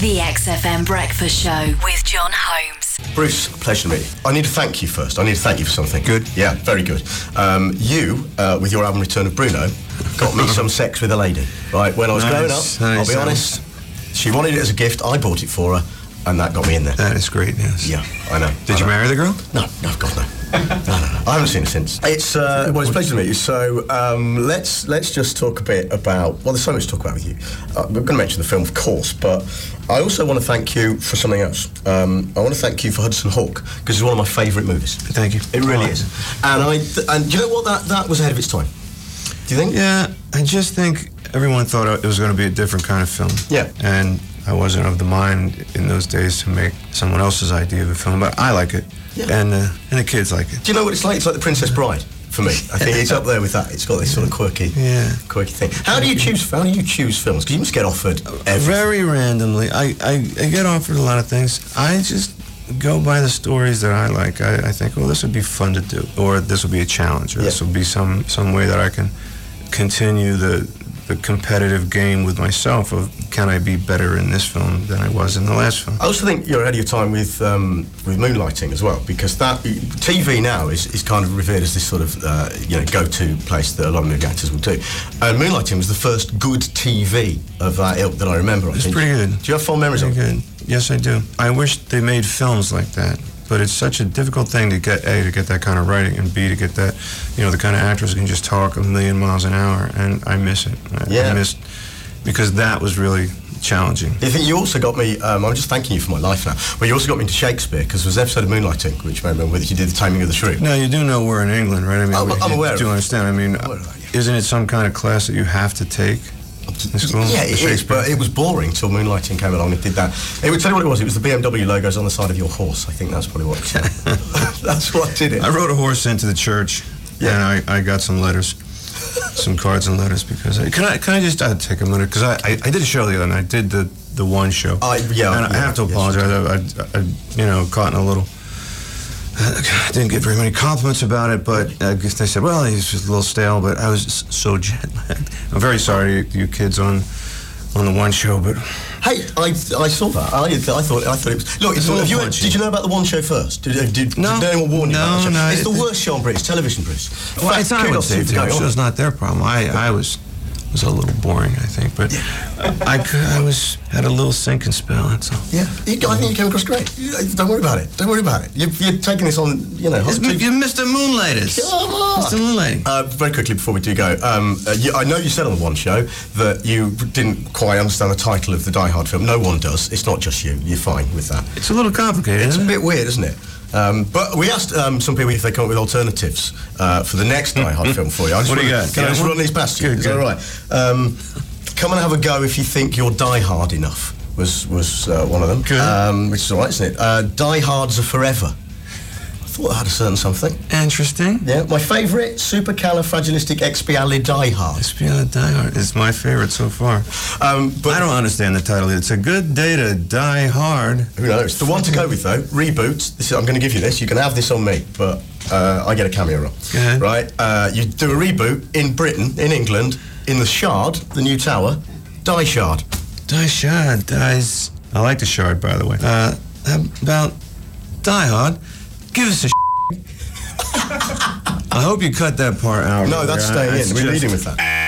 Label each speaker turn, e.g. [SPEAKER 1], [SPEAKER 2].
[SPEAKER 1] The XFM Breakfast Show with John Holmes.
[SPEAKER 2] Bruce, pleasure to meet you. I need to thank you first. I need to thank you for something. Good. Yeah, very good. Um, you, uh, with your album Return of Bruno, got me some sex with a lady. Right, when I was
[SPEAKER 3] Nice,
[SPEAKER 2] growing up, I'll
[SPEAKER 3] nice,
[SPEAKER 2] be
[SPEAKER 3] Alan.
[SPEAKER 2] honest, she wanted it as a gift. I bought it for her, and that got me in there.
[SPEAKER 3] That is great news.
[SPEAKER 2] Yeah, I know.
[SPEAKER 3] Uh, Did
[SPEAKER 2] I
[SPEAKER 3] you
[SPEAKER 2] know.
[SPEAKER 3] marry the girl?
[SPEAKER 2] No, no, God no. no, no, no. I haven't seen it since. It's uh, well, it's a pleasure to meet you. So um, let's let's just talk a bit about. Well, there's so much to talk about with you. Uh, we're going to mention the film, of course, but I also want to thank you for something else. Um, I want to thank you for Hudson Hawk because it's one of my favourite movies.
[SPEAKER 3] Thank you.
[SPEAKER 2] It really
[SPEAKER 3] Alright.
[SPEAKER 2] is. And I th- and do you know what that that was ahead of its time. Do you think?
[SPEAKER 3] Yeah, I just think everyone thought it was going to be a different kind of film.
[SPEAKER 2] Yeah.
[SPEAKER 3] And I wasn't of the mind in those days to make someone else's idea of a film, but I like it.
[SPEAKER 2] Yeah.
[SPEAKER 3] And, uh, and the kids like it.
[SPEAKER 2] Do you know what it's like? It's like the Princess Bride for me. I think it's up there with that. It's got this sort of quirky,
[SPEAKER 3] Yeah.
[SPEAKER 2] quirky thing. How do you choose? How do you choose films? Because you must get offered everything.
[SPEAKER 3] Very randomly. I, I, I get offered a lot of things. I just go by the stories that I like. I, I think, well, this would be fun to do, or this would be a challenge, or this
[SPEAKER 2] Yeah.
[SPEAKER 3] would be some, some way that I can continue the, the competitive game with myself of can I be better in this film than I was in the last film.
[SPEAKER 2] I also think you're ahead of your time with um, with moonlighting as well because that TV now is, is kind of revered as this sort of uh, you know go to place that a lot of movie actors will do. And moonlighting was the first good TV of that ilk that I remember. I
[SPEAKER 3] It's
[SPEAKER 2] think.
[SPEAKER 3] pretty good.
[SPEAKER 2] Do you have fond memories of?
[SPEAKER 3] Very
[SPEAKER 2] it?
[SPEAKER 3] good. Yes, I do. I wish they made films like that, but it's such a difficult thing to get a to get that kind of writing, and b to get that, you know, the kind of actors who can just talk a million miles an hour, and I miss it. I,
[SPEAKER 2] Yeah.
[SPEAKER 3] I miss because that was really challenging.
[SPEAKER 2] You think you also got me? Um, I'm just thanking you for my life now. Well, you also got me into Shakespeare because there was an episode of Moonlighting, which I remember with you did the Taming of the Shrew.
[SPEAKER 3] Now you do know we're in England, right? I mean,
[SPEAKER 2] I'm-
[SPEAKER 3] we-
[SPEAKER 2] I'm
[SPEAKER 3] you
[SPEAKER 2] aware of
[SPEAKER 3] Do
[SPEAKER 2] it.
[SPEAKER 3] understand? I mean,
[SPEAKER 2] aware of that, yeah.
[SPEAKER 3] isn't it some kind of class that you have to take? in school?
[SPEAKER 2] Yeah,
[SPEAKER 3] The
[SPEAKER 2] it is,
[SPEAKER 3] Shakespeare?
[SPEAKER 2] but it was boring till moonlighting came along and did that. It would tell you what it was. It was the BMW logos on the side of your horse. I think that's probably what. that's what did it.
[SPEAKER 3] I rode a horse into the church,
[SPEAKER 2] Yeah.
[SPEAKER 3] and I, I got some letters, some cards and letters because I, can I can I just uh, take a minute because I, I I did a show the other night. I did the the one show.
[SPEAKER 2] I- Oh, yeah,
[SPEAKER 3] and I
[SPEAKER 2] yeah,
[SPEAKER 3] have to
[SPEAKER 2] yes, you
[SPEAKER 3] apologize. I, I, I you know caught in a little. I didn't get very many compliments about it, but uh, I guess they said, "Well, he's just a little stale." But I was s- so jet lagged. I'm very sorry, you, you kids on on the one show, but
[SPEAKER 2] Hey, I, I saw that. I, I thought I thought it was. Look, it's
[SPEAKER 3] It's all
[SPEAKER 2] have you,
[SPEAKER 3] punchy.
[SPEAKER 2] did you know about the one show first? Did, uh, did, did
[SPEAKER 3] No.
[SPEAKER 2] no one warn you about
[SPEAKER 3] No,
[SPEAKER 2] that show?
[SPEAKER 3] no,
[SPEAKER 2] it's the
[SPEAKER 3] it-
[SPEAKER 2] worst show on British television, Bruce. In
[SPEAKER 3] Well,
[SPEAKER 2] fact,
[SPEAKER 3] it's not what
[SPEAKER 2] kudos to
[SPEAKER 3] they
[SPEAKER 2] you for
[SPEAKER 3] do.
[SPEAKER 2] going
[SPEAKER 3] I'm
[SPEAKER 2] on.
[SPEAKER 3] sure it's not their problem. I, I was was a little boring, I think, but I, cou- I was had a little sinking spell. That's all.
[SPEAKER 2] Yeah, you, I think you came across great. You- uh, Don't worry about it. Don't worry about it. You're, you're taking this on, you know.
[SPEAKER 3] It's,
[SPEAKER 2] hot
[SPEAKER 3] you
[SPEAKER 2] tip.
[SPEAKER 3] Mr. Moonlighters.
[SPEAKER 2] Come on.
[SPEAKER 3] Mr. Moonlighting.
[SPEAKER 2] Uh, very quickly before we do go, um, uh, you, I know you said on the one show that you didn't quite understand the title of the Die Hard film. No one does. It's not just you. You're fine with that.
[SPEAKER 3] It's a little complicated.
[SPEAKER 2] It's a
[SPEAKER 3] isn't it?
[SPEAKER 2] bit weird, isn't it? Um, but we asked um, some people if they come up with alternatives uh, for the next Die Hard film for you. I just
[SPEAKER 3] What do you
[SPEAKER 2] wanna-
[SPEAKER 3] got?
[SPEAKER 2] Can I
[SPEAKER 3] Got
[SPEAKER 2] just
[SPEAKER 3] one?
[SPEAKER 2] run these past you?
[SPEAKER 3] Good,
[SPEAKER 2] Is that
[SPEAKER 3] good.
[SPEAKER 2] all right? Um, come and have a go if you think you're Die Hard enough. Was was uh, one of them,
[SPEAKER 3] Good.
[SPEAKER 2] Um, which is all right, isn't it? Uh, die Hards are forever. I thought I had a certain something.
[SPEAKER 3] Interesting.
[SPEAKER 2] Yeah, my favourite supercalifragilisticexpialidocious Die Hard.
[SPEAKER 3] It's beyond the Die Hard. It's my favorite so far.
[SPEAKER 2] Um, but
[SPEAKER 3] I don't understand the title. It's a good day to die hard.
[SPEAKER 2] Who knows? The one to go with though, reboot. This is, I'm going to give you this. You can have this on me, but uh, I get a cameo role.
[SPEAKER 3] Go ahead.
[SPEAKER 2] Right? Uh, you do a reboot in Britain, in England, in the Shard, the new tower, Die Shard.
[SPEAKER 3] Die Shard dies. I like the Shard, by the way. Uh, how about Die Hard? Give us a. I hope you cut that part out.
[SPEAKER 2] No, that's
[SPEAKER 3] Yeah,
[SPEAKER 2] staying
[SPEAKER 3] it's
[SPEAKER 2] in. We're
[SPEAKER 3] just-
[SPEAKER 2] leading with that.